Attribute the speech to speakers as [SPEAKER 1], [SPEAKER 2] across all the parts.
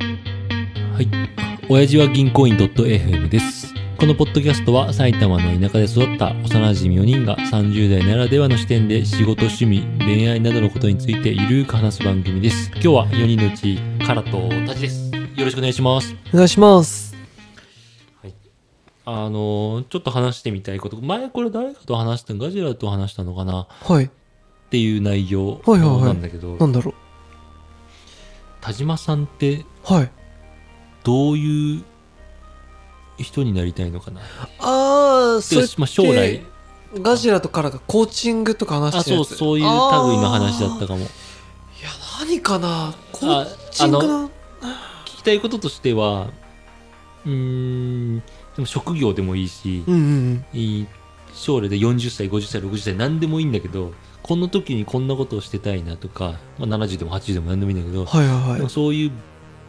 [SPEAKER 1] はい。親父は銀行員 .fm です。このポッドキャストは埼玉の田舎で育った幼馴染4人が30代ならではの視点で仕事、趣味、恋愛などのことについてゆるーく話す番組です。今日は4人のうち、カラとタチです。よろしくお願いします。
[SPEAKER 2] お願いします。
[SPEAKER 1] あのーちょっと話してみたいこと、前これ誰かと話したガジラと話したのかな
[SPEAKER 2] はい。
[SPEAKER 1] っていう内容
[SPEAKER 2] はいはいはい
[SPEAKER 1] なんだけど、
[SPEAKER 2] なんだろ
[SPEAKER 1] 田島さんって
[SPEAKER 2] う。はい。
[SPEAKER 1] どういう人になりたいのかな
[SPEAKER 2] あー、そ
[SPEAKER 1] て
[SPEAKER 2] れ
[SPEAKER 1] かまあ、将来、
[SPEAKER 2] ガジラとカラがコーチングとか話
[SPEAKER 1] あ
[SPEAKER 2] してる
[SPEAKER 1] そ
[SPEAKER 2] や
[SPEAKER 1] う
[SPEAKER 2] つ。
[SPEAKER 1] そういう類の話だった
[SPEAKER 2] あ
[SPEAKER 1] かも
[SPEAKER 2] ーいや、何かなコーチングな。
[SPEAKER 1] 聞きたいこととしてはうーんでも職業でもいいし、
[SPEAKER 2] うんうん
[SPEAKER 1] いい将来で40歳50歳60歳何でもいいんだけどこの時にこんなことをしてたいなとか、まあ、70でも80でも何でもいいんだけ
[SPEAKER 2] う
[SPEAKER 1] ど
[SPEAKER 2] ん。、はいはい
[SPEAKER 1] で
[SPEAKER 2] は
[SPEAKER 1] も
[SPEAKER 2] い。
[SPEAKER 1] そういう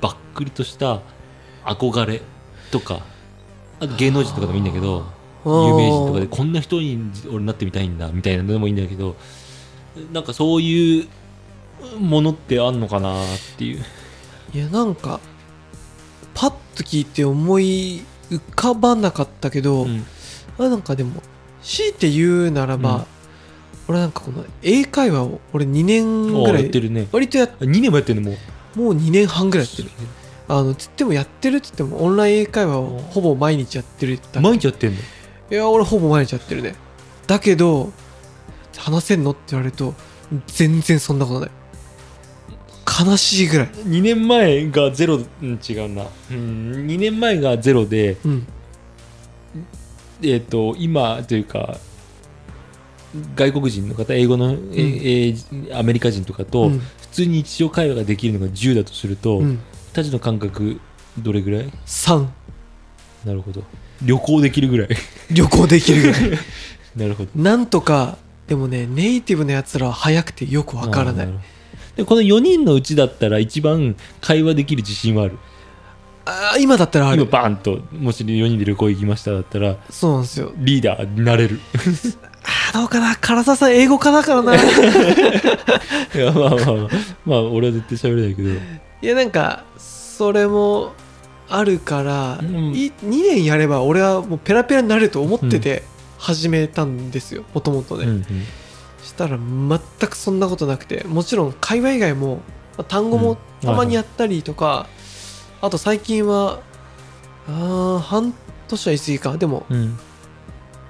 [SPEAKER 1] ばっくりとした憧れとかあと芸能人とかでもいいんだけど有名人とかでこんな人に俺なってみたいんだみたいなのでもいいんだけどなんかそういうものってあんのかなっていう
[SPEAKER 2] で。いや、なんか、パッと聞いて思い浮かばなかったけど、
[SPEAKER 1] うん
[SPEAKER 2] あなんかでも、強いて言うならば、
[SPEAKER 1] うん
[SPEAKER 2] 俺なんかこの英会話を俺2年ぐ
[SPEAKER 1] あ
[SPEAKER 2] ら
[SPEAKER 1] やって
[SPEAKER 2] い
[SPEAKER 1] るね
[SPEAKER 2] 割とやっ
[SPEAKER 1] 2年もやってるのも
[SPEAKER 2] もう2年半ぐ
[SPEAKER 1] う
[SPEAKER 2] らいやってるあのつってもやってるっつってもオンライン英会話をほぼ毎日やってるって言った
[SPEAKER 1] 毎日やってんの
[SPEAKER 2] いや俺ほぼ毎日やってるねだけど話せんのって言われると全然そんなことない悲しいぐらい
[SPEAKER 1] 2年前がゼロうん違うなうん2年前がゼロで
[SPEAKER 2] うん
[SPEAKER 1] えっ、と今というか外国人の方英語の、ええーアメリカ人とかと、
[SPEAKER 2] うん
[SPEAKER 1] 普通に日常会話ができるのが10だとすると、
[SPEAKER 2] うん
[SPEAKER 1] たちの感覚どれぐらい
[SPEAKER 2] 3
[SPEAKER 1] なるほど旅行できるぐらい
[SPEAKER 2] 旅行できるぐらい
[SPEAKER 1] なるほど
[SPEAKER 2] なんとかでもねネイティブのやつらは早くてよくわからない
[SPEAKER 1] あーるほどでこの4人のうちだったら一番会話できる自信はある
[SPEAKER 2] あー今だったらあ
[SPEAKER 1] 今
[SPEAKER 2] る
[SPEAKER 1] バーンともし4人で旅行行きましただったら
[SPEAKER 2] そうなんですよ
[SPEAKER 1] リーダーにな れる
[SPEAKER 2] あーどうかな唐沢さん英語科だからな
[SPEAKER 1] いやまあまあまあ まあ俺は絶対喋れないけど
[SPEAKER 2] いやなんかそれもあるから、
[SPEAKER 1] うん
[SPEAKER 2] い2年やれば俺はもうペラペラになれると思ってて始めたんですよもともとね、
[SPEAKER 1] うん
[SPEAKER 2] したら全くそんなことなくてもちろん会話以外もまあ単語
[SPEAKER 1] うん
[SPEAKER 2] もたまにやったりとか、あと最近はあー半年は言い過ぎかでも
[SPEAKER 1] うんうん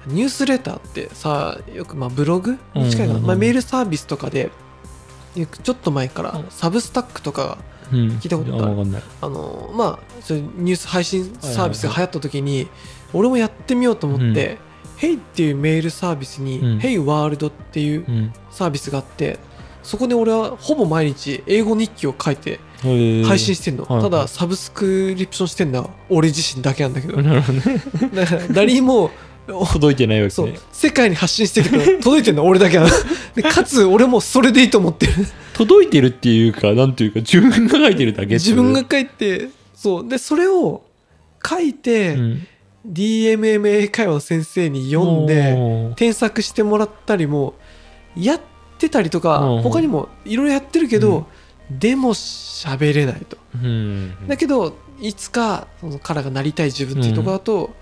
[SPEAKER 2] ニュースレターってさよくまあブログに近
[SPEAKER 1] う
[SPEAKER 2] いかな、
[SPEAKER 1] んうんうん
[SPEAKER 2] まあ、メールサービスとかでよくちょっと前からサブスタックとかが
[SPEAKER 1] うん
[SPEAKER 2] 聞いたことない
[SPEAKER 1] あ分かんない
[SPEAKER 2] あのまあそういうニュース配信サービスが流行った時に、俺もやってみようと思って「Hey」っていうメールサービスに
[SPEAKER 1] うん
[SPEAKER 2] 「Hey ワールド」っていう
[SPEAKER 1] うん
[SPEAKER 2] サービスがあってそこで俺はほぼ毎日英語日記を書いて
[SPEAKER 1] へえ
[SPEAKER 2] 配信してんの、
[SPEAKER 1] はい
[SPEAKER 2] ただサブスクリプションしてんのは俺自身だけなんだけど
[SPEAKER 1] なるほどね
[SPEAKER 2] だから 誰も お
[SPEAKER 1] 届いてないわけ
[SPEAKER 2] そう
[SPEAKER 1] ね
[SPEAKER 2] 世界に発信してるけど届いてんの 俺 だけなのでかつ俺もそれでいいと思ってる
[SPEAKER 1] 届いてるっていうかなんていうか自分が書いてるだけ
[SPEAKER 2] 自分が
[SPEAKER 1] て
[SPEAKER 2] 書いてそうでそれを書いて、
[SPEAKER 1] るうん
[SPEAKER 2] DMMA 会話の先生に読んで
[SPEAKER 1] おー
[SPEAKER 2] 添削してもらったりもやってたりとか
[SPEAKER 1] うん
[SPEAKER 2] 他にもいろいろやってるけど、でも喋れないと、
[SPEAKER 1] うん
[SPEAKER 2] だけどいつかそのカラがなりたい自分っていうところだと、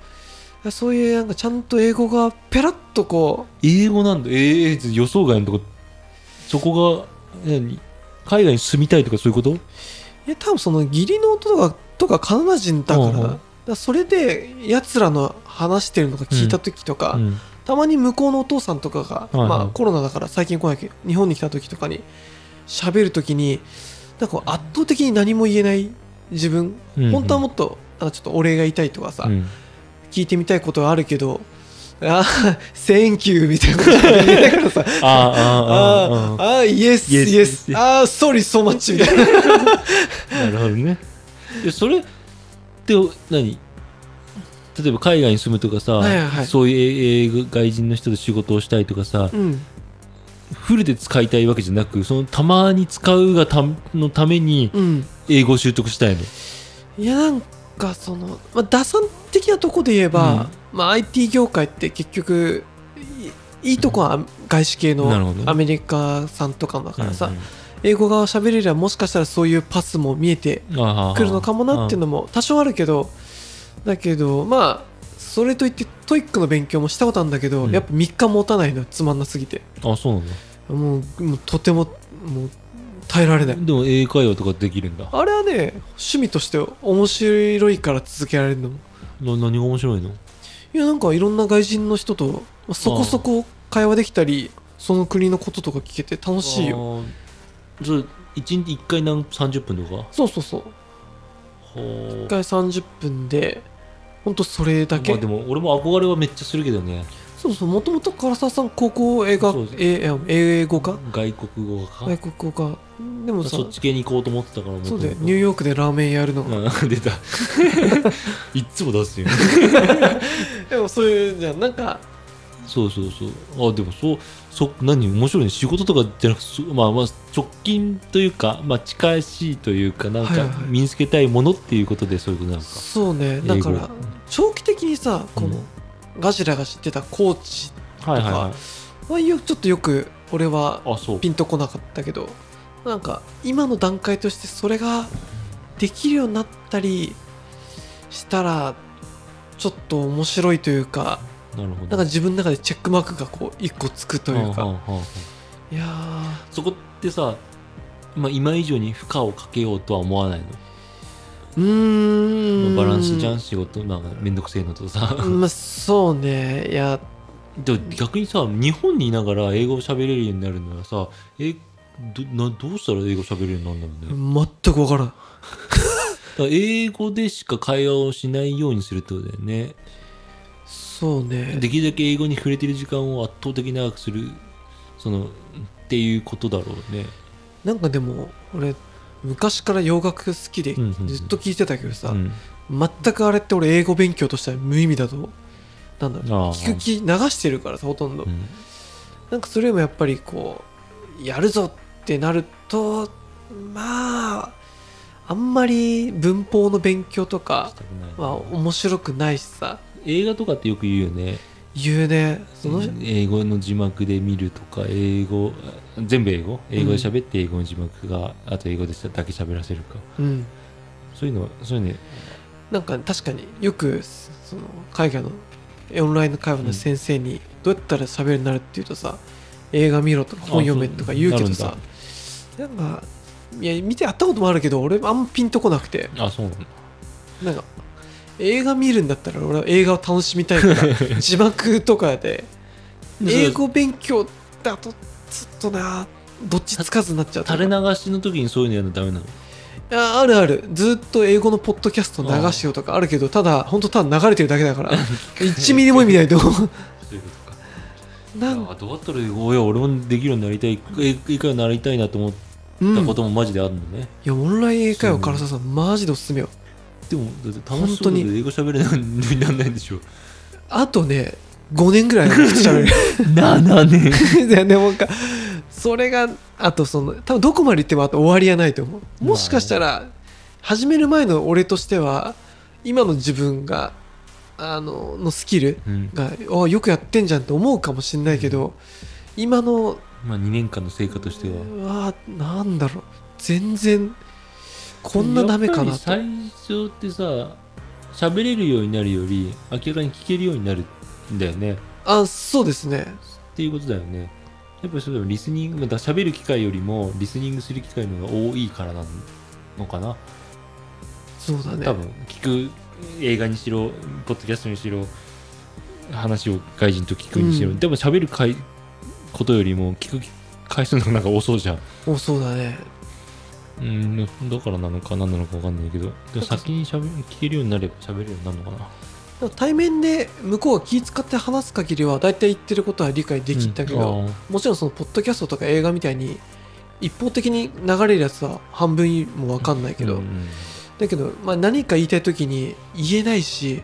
[SPEAKER 2] そういうなんかちゃんと英語がペラッとこ
[SPEAKER 1] 英語なんだええ予想外のとこそこが何海外に住みたいとかそういうこと
[SPEAKER 2] ういや多分その義理の音とかとかカナダ人だから,、
[SPEAKER 1] うんうん
[SPEAKER 2] だからそれでやつらの話してるのが聞いた時とか、
[SPEAKER 1] うん
[SPEAKER 2] たまに向こうのお父さんとかが、
[SPEAKER 1] いはい
[SPEAKER 2] まあ、コロナだから最近来ないけど日本に来た時とかに喋る時になんかこう圧倒的に何も言えない自分、
[SPEAKER 1] うんうん
[SPEAKER 2] 本当はもっとあちょっとお礼が言いたいとかさ、
[SPEAKER 1] うん
[SPEAKER 2] 聞いてみたいことはあるけど「ああ Thank you」みたいなこと言えないからさ
[SPEAKER 1] あ
[SPEAKER 2] 「
[SPEAKER 1] あ
[SPEAKER 2] あ
[SPEAKER 1] あああ
[SPEAKER 2] ああ Yes
[SPEAKER 1] Yes,
[SPEAKER 2] Yes,
[SPEAKER 1] yes.
[SPEAKER 2] ああ Sorry so much」みたいな
[SPEAKER 1] あなるほどねでそれって何例えば海外に住むとかさ、
[SPEAKER 2] はいはいはい
[SPEAKER 1] そういう英語外人の人と仕事をしたいとかさ、
[SPEAKER 2] うん
[SPEAKER 1] フルで使いたいわけじゃなくそのたまに使うがたのために
[SPEAKER 2] うん
[SPEAKER 1] 英語を習得したいの、
[SPEAKER 2] いやなんかその、まあ、打算的なとこで言えば、まあ、IT 業界って結局いいいとこは外資系の
[SPEAKER 1] なるほど
[SPEAKER 2] アメリカさんとかだからさ、
[SPEAKER 1] うんうん
[SPEAKER 2] 英語が喋れればもしかしたらそういうパスも見えて
[SPEAKER 1] あー
[SPEAKER 2] くるのかもなっていうのも多少あるけどだけどまあそれといってトイックの勉強もしたことあるんだけど、
[SPEAKER 1] うん
[SPEAKER 2] やっぱ3日持たないのよつまんなすぎて
[SPEAKER 1] ああそうなんだ
[SPEAKER 2] もうもうとてももう耐えられない
[SPEAKER 1] でも英会話とかできるんだ
[SPEAKER 2] あれはね趣味として面白いから続けられるの
[SPEAKER 1] な
[SPEAKER 2] も
[SPEAKER 1] 何が面白いの
[SPEAKER 2] いやなんかいろんな外人の人とまあそこそこ会話できたりその国のこととか聞けて楽しいよ
[SPEAKER 1] よそれ一日一回何30分とか
[SPEAKER 2] そうそうそう
[SPEAKER 1] ほ
[SPEAKER 2] 1回30分でほんとそれだけ、
[SPEAKER 1] まあでも俺も憧れはめっちゃするけどね
[SPEAKER 2] そうそうもともと唐沢さん高校映画
[SPEAKER 1] そうです
[SPEAKER 2] ええ英語か
[SPEAKER 1] 外国語か
[SPEAKER 2] 外国語かでもさ
[SPEAKER 1] そっち系に行こうと思ってたから
[SPEAKER 2] そうだよニューヨークでラーメンやるのが、
[SPEAKER 1] うん、出た いっつも出すよ
[SPEAKER 2] でもそういうじゃんなんか
[SPEAKER 1] そうそうそうあでもそうそ何面白いね仕事とかじゃなくてそまあまあ直近というか、まあ、近しいというかなん
[SPEAKER 2] はい
[SPEAKER 1] か
[SPEAKER 2] はい
[SPEAKER 1] 身につけたいものっていうことでそういうことなのか、
[SPEAKER 2] そうねだか
[SPEAKER 1] 英
[SPEAKER 2] ら
[SPEAKER 1] 語
[SPEAKER 2] 長期的にさこの、
[SPEAKER 1] うん
[SPEAKER 2] ガジラが知ってたコーチ
[SPEAKER 1] はいはいはい
[SPEAKER 2] はよちょっとよく俺は
[SPEAKER 1] あそう
[SPEAKER 2] ピンとこなかったけどなんか今の段階としてそれができるようになったりしたらちょっと面白いというか
[SPEAKER 1] なるほ
[SPEAKER 2] な
[SPEAKER 1] ど
[SPEAKER 2] んか自分の中でチェックマークがこう一個つくという
[SPEAKER 1] はあは
[SPEAKER 2] か
[SPEAKER 1] あはあ
[SPEAKER 2] いやー
[SPEAKER 1] そこってさ、まあ、今以上に負荷をかけようとは思わないの、
[SPEAKER 2] うーん
[SPEAKER 1] まあバランスじゃん仕事なんかめんどくせえのとさ、
[SPEAKER 2] まあそうねいや
[SPEAKER 1] でも逆にさ日本にいながら英語を喋れるようになるのはさえどなどうしたら英語喋れるようになるんだろうね、だか
[SPEAKER 2] 全く分からん
[SPEAKER 1] ら英語でしか会話をしないようにするってことだよね
[SPEAKER 2] そうね
[SPEAKER 1] できるだけ英語に触れてる時間を圧倒的に長くするそのっていうことだろうね
[SPEAKER 2] なんかでも俺昔から洋楽好きで
[SPEAKER 1] うんうんうん
[SPEAKER 2] ずっと聴いてたけどさ、
[SPEAKER 1] うん
[SPEAKER 2] 全くあれって俺英語勉強としては無意味だとなんだろ
[SPEAKER 1] あ
[SPEAKER 2] う
[SPEAKER 1] あ
[SPEAKER 2] 聞く気流してるからさほとんど、
[SPEAKER 1] うん
[SPEAKER 2] なんかそれよりもやっぱりこうやるぞってなるとまああんまり文法の勉強とか
[SPEAKER 1] したくないな
[SPEAKER 2] は面白くないしさ
[SPEAKER 1] 映画とかってよく言うよね
[SPEAKER 2] 言うねその、
[SPEAKER 1] 英語の字幕で見るとか英語全部英語英語で喋って英語の字幕が、あと英語でだけ喋らせるか
[SPEAKER 2] うん、
[SPEAKER 1] そういうのそういうの
[SPEAKER 2] なんか確かによくその海外のオンラインの会話の先生にどうやったら喋るようになるっていうとさ映画見ろとか本読めとか言うけどさなんかいや見てやったこともあるけど俺あんまピンとこなくて
[SPEAKER 1] あそうなんだ
[SPEAKER 2] なんか映画見るんだったら俺は映画を楽しみたいから 字幕とかで
[SPEAKER 1] で
[SPEAKER 2] 英語勉強だとちょっとなどっちつかずになっちゃうと
[SPEAKER 1] 垂れ
[SPEAKER 2] い
[SPEAKER 1] 流しの時にそういうのやるのダメなの
[SPEAKER 2] やあるあるずっと英語のポッドキャスト流しようとかあるけどただ本当ただ流れてるだけ だから1ミリも意味 ないと思
[SPEAKER 1] そういうことか
[SPEAKER 2] うなん
[SPEAKER 1] あーどうやったら英語いや俺もできるようになりたい英英会話になりたいなと思っ
[SPEAKER 2] うん、
[SPEAKER 1] た
[SPEAKER 2] い
[SPEAKER 1] こともマジであるのね、
[SPEAKER 2] やオンライン英会話からささマジでおすすめよ
[SPEAKER 1] でもだって楽しそうだけ
[SPEAKER 2] 本当
[SPEAKER 1] ど英語喋れないのになんないんでしょ
[SPEAKER 2] あとね5年ぐらい の口しゃべる
[SPEAKER 1] 7年
[SPEAKER 2] だよねもうかそれがあとその多分どこまで行ってもあと終わりはないと思うもしかしたら始める前の俺としては今の自分があののスキル
[SPEAKER 1] うん、
[SPEAKER 2] があよくやってんじゃんって思うかもしれないけど今の
[SPEAKER 1] まあ2年間の成果としては
[SPEAKER 2] うわなんだろう全然こんなダメか
[SPEAKER 1] や
[SPEAKER 2] な
[SPEAKER 1] っ
[SPEAKER 2] と
[SPEAKER 1] ぱり最初ってさ喋れるようになるより明らかに聞けるようになるんだよね
[SPEAKER 2] あそうですね
[SPEAKER 1] っていうことだよねやっぱりそれでもリスニングまた喋る機会よりもリスニングする機会の方が多いからなのかな、
[SPEAKER 2] そうだね
[SPEAKER 1] 多分聞く映画にしろポッドキャストにしろ話を外人と聞くにしろ、
[SPEAKER 2] うん
[SPEAKER 1] でも喋る回ことよりも聞く回数の方が多そうじゃん
[SPEAKER 2] おそうだね
[SPEAKER 1] うんだからなのか何なのか分かんないけどでも先にしゃべ聞けるようになれば喋れるようになるのかな
[SPEAKER 2] でも対面で向こうが気使って話す限りは大体言ってることは理解できたけど、
[SPEAKER 1] うんあー
[SPEAKER 2] もちろんそのポッドキャストとか映画みたいに一方的に流れるやつは半分も分かんないけど、
[SPEAKER 1] うんうん
[SPEAKER 2] だけど、まあ、何か言いたい時に言えないし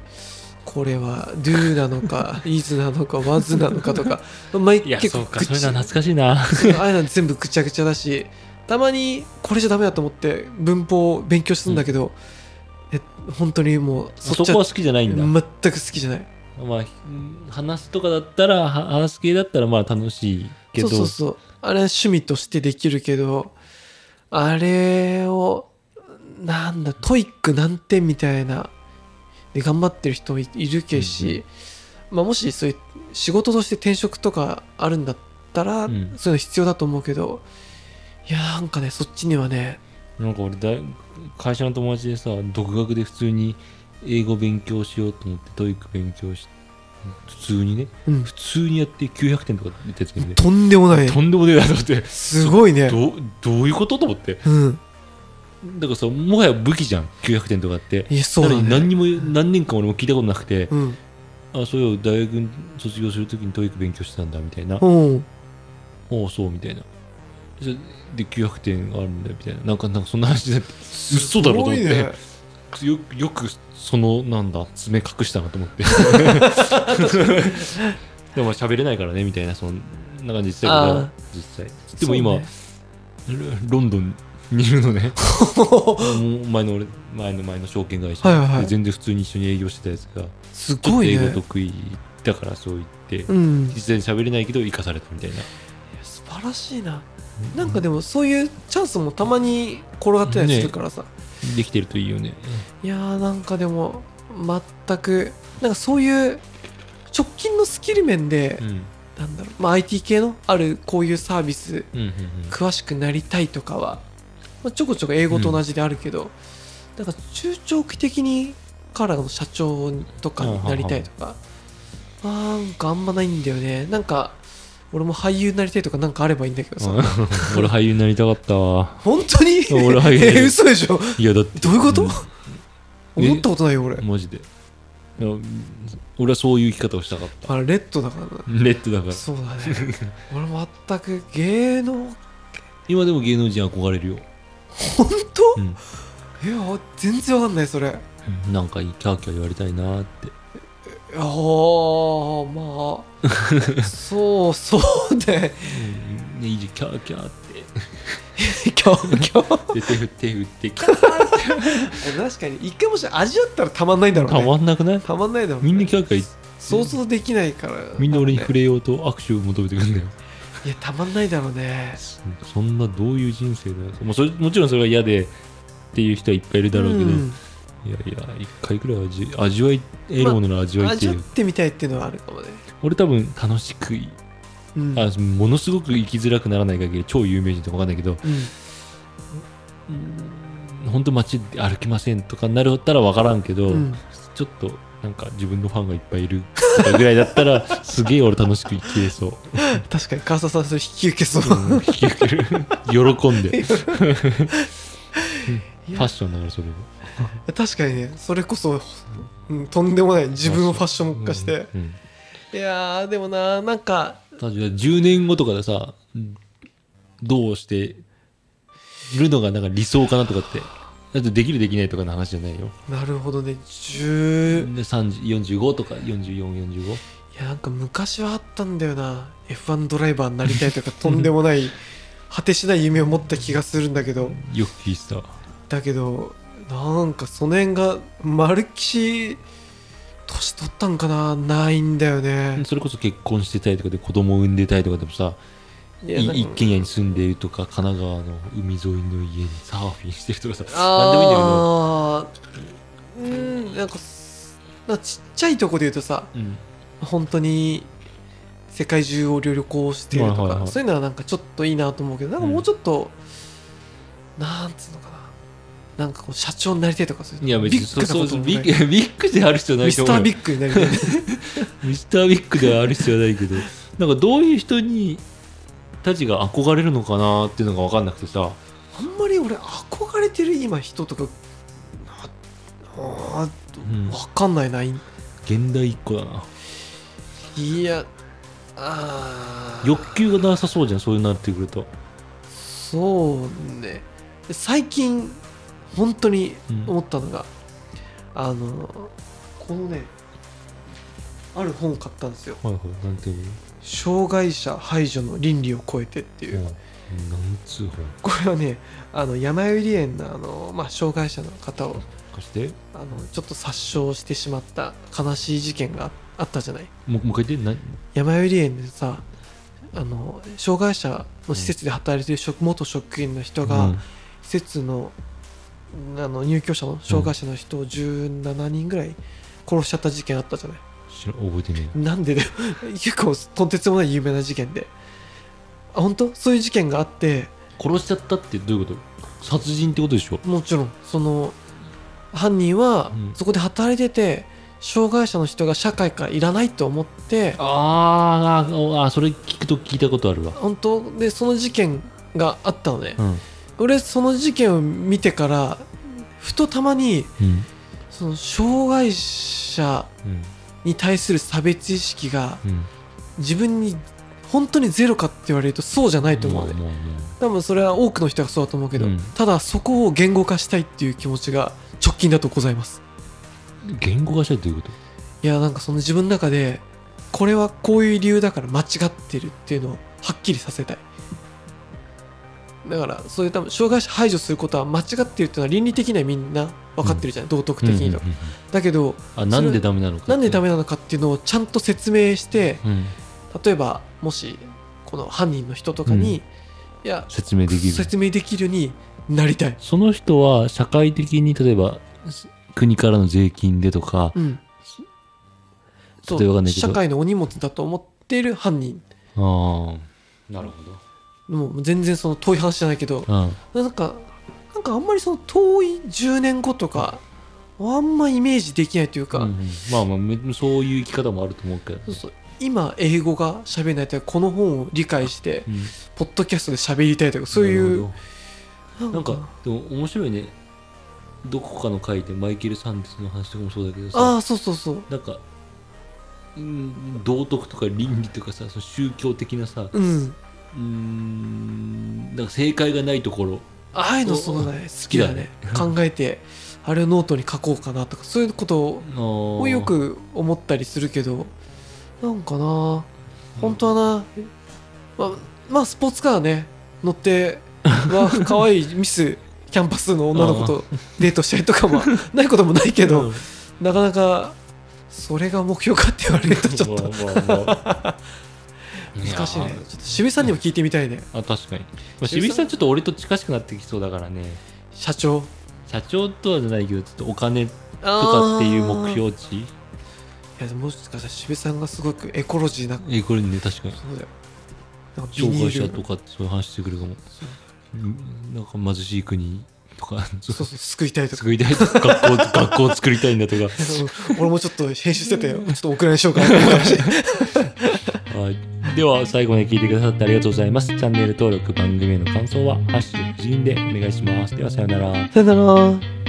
[SPEAKER 2] これは do なの か is なのか was なのかとか毎
[SPEAKER 1] いや
[SPEAKER 2] 結
[SPEAKER 1] そう
[SPEAKER 2] 構
[SPEAKER 1] か
[SPEAKER 2] ぐ
[SPEAKER 1] それ
[SPEAKER 2] ち
[SPEAKER 1] な懐かしいな
[SPEAKER 2] ああいうの全部ぐちゃぐちゃだしたまにこれじゃダメだと思って文法を勉強するんだけど、え本当にもうそ
[SPEAKER 1] そ
[SPEAKER 2] っち
[SPEAKER 1] こ
[SPEAKER 2] は
[SPEAKER 1] は好きじゃないんだ、
[SPEAKER 2] 全く好きじゃない
[SPEAKER 1] まあひ話とかだったらは話す系だったらまあ楽しいけど
[SPEAKER 2] そうそうそうあれは趣味としてできるけどあれをなんだトイック何点みたいなで頑張ってる人もいいるけし、まあ、もしそういう仕事として転職とかあるんだったら、
[SPEAKER 1] うん
[SPEAKER 2] そういうの必要だと思うけどいやなんかねそっちにはね
[SPEAKER 1] なんか俺大会社の友達でさ独学で普通に英語勉強しようと思ってトイック勉強し普通にね
[SPEAKER 2] うん
[SPEAKER 1] 普通にやって900点とか出てきてね
[SPEAKER 2] とんでもない
[SPEAKER 1] とんでもねえなと思って
[SPEAKER 2] すごいね
[SPEAKER 1] どうどういうことと思って
[SPEAKER 2] うん
[SPEAKER 1] だからさもはや武器じゃん900点とかって
[SPEAKER 2] いやそうだ
[SPEAKER 1] なのに何
[SPEAKER 2] ね
[SPEAKER 1] にも何年間俺も聞いたことなくて、
[SPEAKER 2] うん
[SPEAKER 1] あそうよ大学卒業するときにトイック勉強してたんだみたいな、
[SPEAKER 2] うん
[SPEAKER 1] おうそうみたいなそれで900点あるんだよみたいななんかなんかそんな話になって嘘だろと思って、
[SPEAKER 2] すごいね
[SPEAKER 1] よよくそのなんだ爪隠したなと思って でも喋れないからねみたいなそんな感じで言ってたけ
[SPEAKER 2] ああ
[SPEAKER 1] ど実際でも今、ロンドンにいるの ね
[SPEAKER 2] そうね
[SPEAKER 1] もう前の俺前の前の証券会社、
[SPEAKER 2] はいはいはい
[SPEAKER 1] で全然普通に一緒に営業してたやつが
[SPEAKER 2] す
[SPEAKER 1] ちょっ
[SPEAKER 2] ご
[SPEAKER 1] と
[SPEAKER 2] い
[SPEAKER 1] 英語
[SPEAKER 2] ね
[SPEAKER 1] 得意だからそう言って、
[SPEAKER 2] うんいや
[SPEAKER 1] 実際に喋れないけど生かされたみたいな
[SPEAKER 2] 素晴らしいななんかでもそういうチャンスもたまに転がってたりするからさ、
[SPEAKER 1] できてるといいよね
[SPEAKER 2] いやーなんかでも全くなんかそういう直近のスキル面で、
[SPEAKER 1] うん
[SPEAKER 2] なんだろう、まあ、IT 系のあるこういうサービス
[SPEAKER 1] うんうんうん
[SPEAKER 2] 詳しくなりたいとかは、まあ、ちょこちょこ英語と同じであるけど、だから中長期的にからの社長とかになりたいとか、あーなんかあんまないんだよねなんか俺も俳優になりたいとかなんかあればいいんだけどさ、
[SPEAKER 1] 俺俳優になりたかったわ
[SPEAKER 2] 本当に
[SPEAKER 1] 俺俳優になりた
[SPEAKER 2] え
[SPEAKER 1] い
[SPEAKER 2] 嘘でしょ
[SPEAKER 1] いやだって
[SPEAKER 2] どういうこと、
[SPEAKER 1] うん
[SPEAKER 2] 思ったことないよ俺、
[SPEAKER 1] マジでいや俺はそういう生き方をしたかった
[SPEAKER 2] あれレッドだからな
[SPEAKER 1] レッドだから
[SPEAKER 2] そう だね俺全く芸能
[SPEAKER 1] 今でも芸能人憧れるよ、
[SPEAKER 2] 本当、
[SPEAKER 1] うん
[SPEAKER 2] いや全然わかんないそれいや
[SPEAKER 1] なんかキャーキャー言われたいなーって
[SPEAKER 2] ーまあそうそうね
[SPEAKER 1] ねいいじゃんキャーキャーって
[SPEAKER 2] 今日今日
[SPEAKER 1] で手振って手振ってキャー
[SPEAKER 2] 確かに一回もし味わったらたまんないんだろう
[SPEAKER 1] た
[SPEAKER 2] ね
[SPEAKER 1] まんなくない
[SPEAKER 2] たまんないだろうね
[SPEAKER 1] みんなキャーキャー
[SPEAKER 2] 想像できないから
[SPEAKER 1] みんな俺に触
[SPEAKER 2] れ
[SPEAKER 1] れようと握手を求めてくるんだよ
[SPEAKER 2] いやたまんないだろうね
[SPEAKER 1] そそんなどういう人生だよもうそれもちろんそれは嫌でっていう人はいっぱいいるだろうけど、
[SPEAKER 2] ん
[SPEAKER 1] いやいや一回くらい味味わい得るものなら味わいって
[SPEAKER 2] 味
[SPEAKER 1] いう
[SPEAKER 2] わってみたいっていうのはあるかもね、
[SPEAKER 1] 俺多分楽しくい
[SPEAKER 2] うん
[SPEAKER 1] あものすごく生きづらくならない限り超有名人とかわかんないけど
[SPEAKER 2] うん
[SPEAKER 1] 本当街で歩きませんとかなるったらわからんけど、
[SPEAKER 2] うん
[SPEAKER 1] ちょっとなんか自分のファンがいっぱいいるとかぐらいだったら すげえ俺楽しく生きれそう、
[SPEAKER 2] 確かに川沢さんそれ引き受けそう、
[SPEAKER 1] うん引き受ける 喜 んでファ
[SPEAKER 2] いや
[SPEAKER 1] ッションだからそれも
[SPEAKER 2] 確かにねそれこそ、うん、とんでもない自分をファッション化して、
[SPEAKER 1] うんうん
[SPEAKER 2] いやーでもななんか
[SPEAKER 1] 確かに10年後とかでさどうしているのがなんか理想かなとかってだってできるできないとかの話じゃないよ
[SPEAKER 2] なるほどね
[SPEAKER 1] で
[SPEAKER 2] 10
[SPEAKER 1] 30 45とか4445
[SPEAKER 2] いやなんか昔はあったんだよな F1 ドライバーになりたいと かとんでもない果てしない夢を持った気がするんだけど
[SPEAKER 1] よく聞いてた
[SPEAKER 2] だけどなんかその辺が丸っきし年取ったんかなないんだよね
[SPEAKER 1] それこそ結婚してたりとかで子供を産んでたりとかでもさ
[SPEAKER 2] いや
[SPEAKER 1] い
[SPEAKER 2] なんか
[SPEAKER 1] 一軒家に住んでいるとか神奈川の海沿いの家にサーフィンしてるとかさ何でもいいんだけど
[SPEAKER 2] あーうんなんかすなんかちっちゃいとこで言うとさ
[SPEAKER 1] うん
[SPEAKER 2] 本当に世界中を旅行してるとか、
[SPEAKER 1] はいはいはい
[SPEAKER 2] そういうのはなんかちょっといいなと思うけどなんかもうちょっと、なんつうのかななんかこう社長になりたいとかそういう
[SPEAKER 1] いや別
[SPEAKER 2] ビ
[SPEAKER 1] に
[SPEAKER 2] ッグ
[SPEAKER 1] そうそ
[SPEAKER 2] なこ
[SPEAKER 1] う
[SPEAKER 2] と
[SPEAKER 1] そう
[SPEAKER 2] も
[SPEAKER 1] ビ
[SPEAKER 2] ない
[SPEAKER 1] ッグビッグである必要ない
[SPEAKER 2] ミ
[SPEAKER 1] と
[SPEAKER 2] ス
[SPEAKER 1] 思
[SPEAKER 2] タ
[SPEAKER 1] う
[SPEAKER 2] ー
[SPEAKER 1] よ
[SPEAKER 2] ビッグになりたい
[SPEAKER 1] ミスタービッグではある必要はないけどなんかどういう人にたちが憧れるのかなっていうのが分かんなくてさ
[SPEAKER 2] あんまり俺憧れてる今人とかあ
[SPEAKER 1] うん
[SPEAKER 2] 分かんないない
[SPEAKER 1] 現代一個だない
[SPEAKER 2] やあー
[SPEAKER 1] 欲求がなさそうじゃんそういうなってくると
[SPEAKER 2] そうね最近本当に
[SPEAKER 1] うん
[SPEAKER 2] 思ったのが、あのこのねある本を買ったんですよ
[SPEAKER 1] はいはいなんていう
[SPEAKER 2] 「障害者排除の倫理を超えて」ってい
[SPEAKER 1] の
[SPEAKER 2] う、
[SPEAKER 1] うんなんつう本
[SPEAKER 2] これはねあの山百合園のあの、まあ、障害者の方を
[SPEAKER 1] 貸して
[SPEAKER 2] あのちょっと殺傷してしまった悲しい事件があったじゃない
[SPEAKER 1] もうもう一回言って
[SPEAKER 2] 山百合園でさあの障害者の施設で働いてる職元職員の人
[SPEAKER 1] 何
[SPEAKER 2] が、
[SPEAKER 1] うん
[SPEAKER 2] 施設のあの入居者の障害者の人を17人ぐらい殺しちゃった事件あったじゃない、
[SPEAKER 1] 知ら覚えてねえ
[SPEAKER 2] なんでだよ 結構とんてつもない有名な事件であ本当そういう事件があって
[SPEAKER 1] 殺しちゃったってどういうこと殺人ってことでしょ
[SPEAKER 2] もちろんその犯人は
[SPEAKER 1] うん
[SPEAKER 2] そこで働いてて、障害者の人が社会からいらないと思って
[SPEAKER 1] あーあーあーそれ聞くと聞いたことあるわ
[SPEAKER 2] 本当でその事件があったのね、
[SPEAKER 1] うん、
[SPEAKER 2] 俺その事件を見てからふとたまに
[SPEAKER 1] うん
[SPEAKER 2] その障害者
[SPEAKER 1] うん
[SPEAKER 2] に対する差別意識が
[SPEAKER 1] うん、
[SPEAKER 2] 自分に本当にゼロかって言われるとそうじゃないと思うね、
[SPEAKER 1] まあまあま
[SPEAKER 2] 多分それは多くの人がそうだと思うけど、
[SPEAKER 1] うん
[SPEAKER 2] ただそこを言語化したいっていう気持ちが直近だとございます
[SPEAKER 1] あ言語化したいということ
[SPEAKER 2] いやなんかその自分の中でこれはこういう理由だから間違ってるっていうのをはっきりさせたいだからそういう多分障害者排除することは間違ってるっていうのは倫理的にはみんな分かってるじゃない、道徳的にと、
[SPEAKER 1] うんうんうん
[SPEAKER 2] だけど
[SPEAKER 1] あなんでダメなのか
[SPEAKER 2] なんでダメ
[SPEAKER 1] な
[SPEAKER 2] なのかっていうのをちゃんと説明して
[SPEAKER 1] うん、
[SPEAKER 2] 例えばもしこの犯人の人とかに、いや
[SPEAKER 1] 説明できる
[SPEAKER 2] 説明できるようになりたい、
[SPEAKER 1] その人は社会的に例えばす国からの税金でとか、
[SPEAKER 2] うん、そ
[SPEAKER 1] 例えばわかん
[SPEAKER 2] う
[SPEAKER 1] ないけど
[SPEAKER 2] 社会のお荷物だと思っている犯人
[SPEAKER 1] ああなるほ
[SPEAKER 2] もう全然その遠い話じゃないけど
[SPEAKER 1] ど、うん、
[SPEAKER 2] なんかなんかあんまりその遠い10年後とかあんまイメージできないというか、
[SPEAKER 1] うんうんまあまあめそういう生き方もあると思うけどね、
[SPEAKER 2] そうそう今英語が喋れないというかこの本を理解して
[SPEAKER 1] うん
[SPEAKER 2] ポッドキャストで喋りたいとかそういう
[SPEAKER 1] なるほどなんかでも面白いねどこかの回でマイケル・サンデスの話とかもそうだけど
[SPEAKER 2] あ
[SPEAKER 1] さ
[SPEAKER 2] あそうそうそう
[SPEAKER 1] なんかうん道徳とか倫理とかさその宗教的なさ
[SPEAKER 2] うん
[SPEAKER 1] うんなんか正解がないところ
[SPEAKER 2] ああいうのそうだね好きだね考えて あれをノートに書こうかなとかそういうこと
[SPEAKER 1] を
[SPEAKER 2] をよく思ったりするけどなんかな本当はな、まあ、まあスポーツカーね乗 っては可愛いミスキャンパスの女の子とデートしたりとかも ないこともないけど、なかなかそれが目標かって言われるとちょっと
[SPEAKER 1] と
[SPEAKER 2] 難しいねちょっと渋井さんにも聞いてみたいね
[SPEAKER 1] あ確かに、まあ、
[SPEAKER 2] 渋
[SPEAKER 1] 渋
[SPEAKER 2] 井さ
[SPEAKER 1] 井さ
[SPEAKER 2] ん
[SPEAKER 1] んちょっと俺と近しくなってきそうだからね
[SPEAKER 2] 社長
[SPEAKER 1] 社長とはじゃないけどちょっとお金と
[SPEAKER 2] と
[SPEAKER 1] かっていう目標値
[SPEAKER 2] いやでももしかしたら渋井さんがすごくエコロジーな
[SPEAKER 1] えこれね確かに
[SPEAKER 2] そうだよなんかビ
[SPEAKER 1] 障
[SPEAKER 2] ニ
[SPEAKER 1] 害
[SPEAKER 2] ー
[SPEAKER 1] 者と
[SPEAKER 2] ル
[SPEAKER 1] かそういう話してくるかもうんなんか貧しい国とか
[SPEAKER 2] そうそう救いたい とか
[SPEAKER 1] 作りたいとか学校学校を作りたいんだとか
[SPEAKER 2] 俺もちょっと編集しててちょっとお蔵にしようかなって思いました
[SPEAKER 1] はいでは最後まで聞いてくださってありがとうございますチャンネル登録番組への感想は「ハッシュ夫人」でお願いしますではさようなら
[SPEAKER 2] さよなら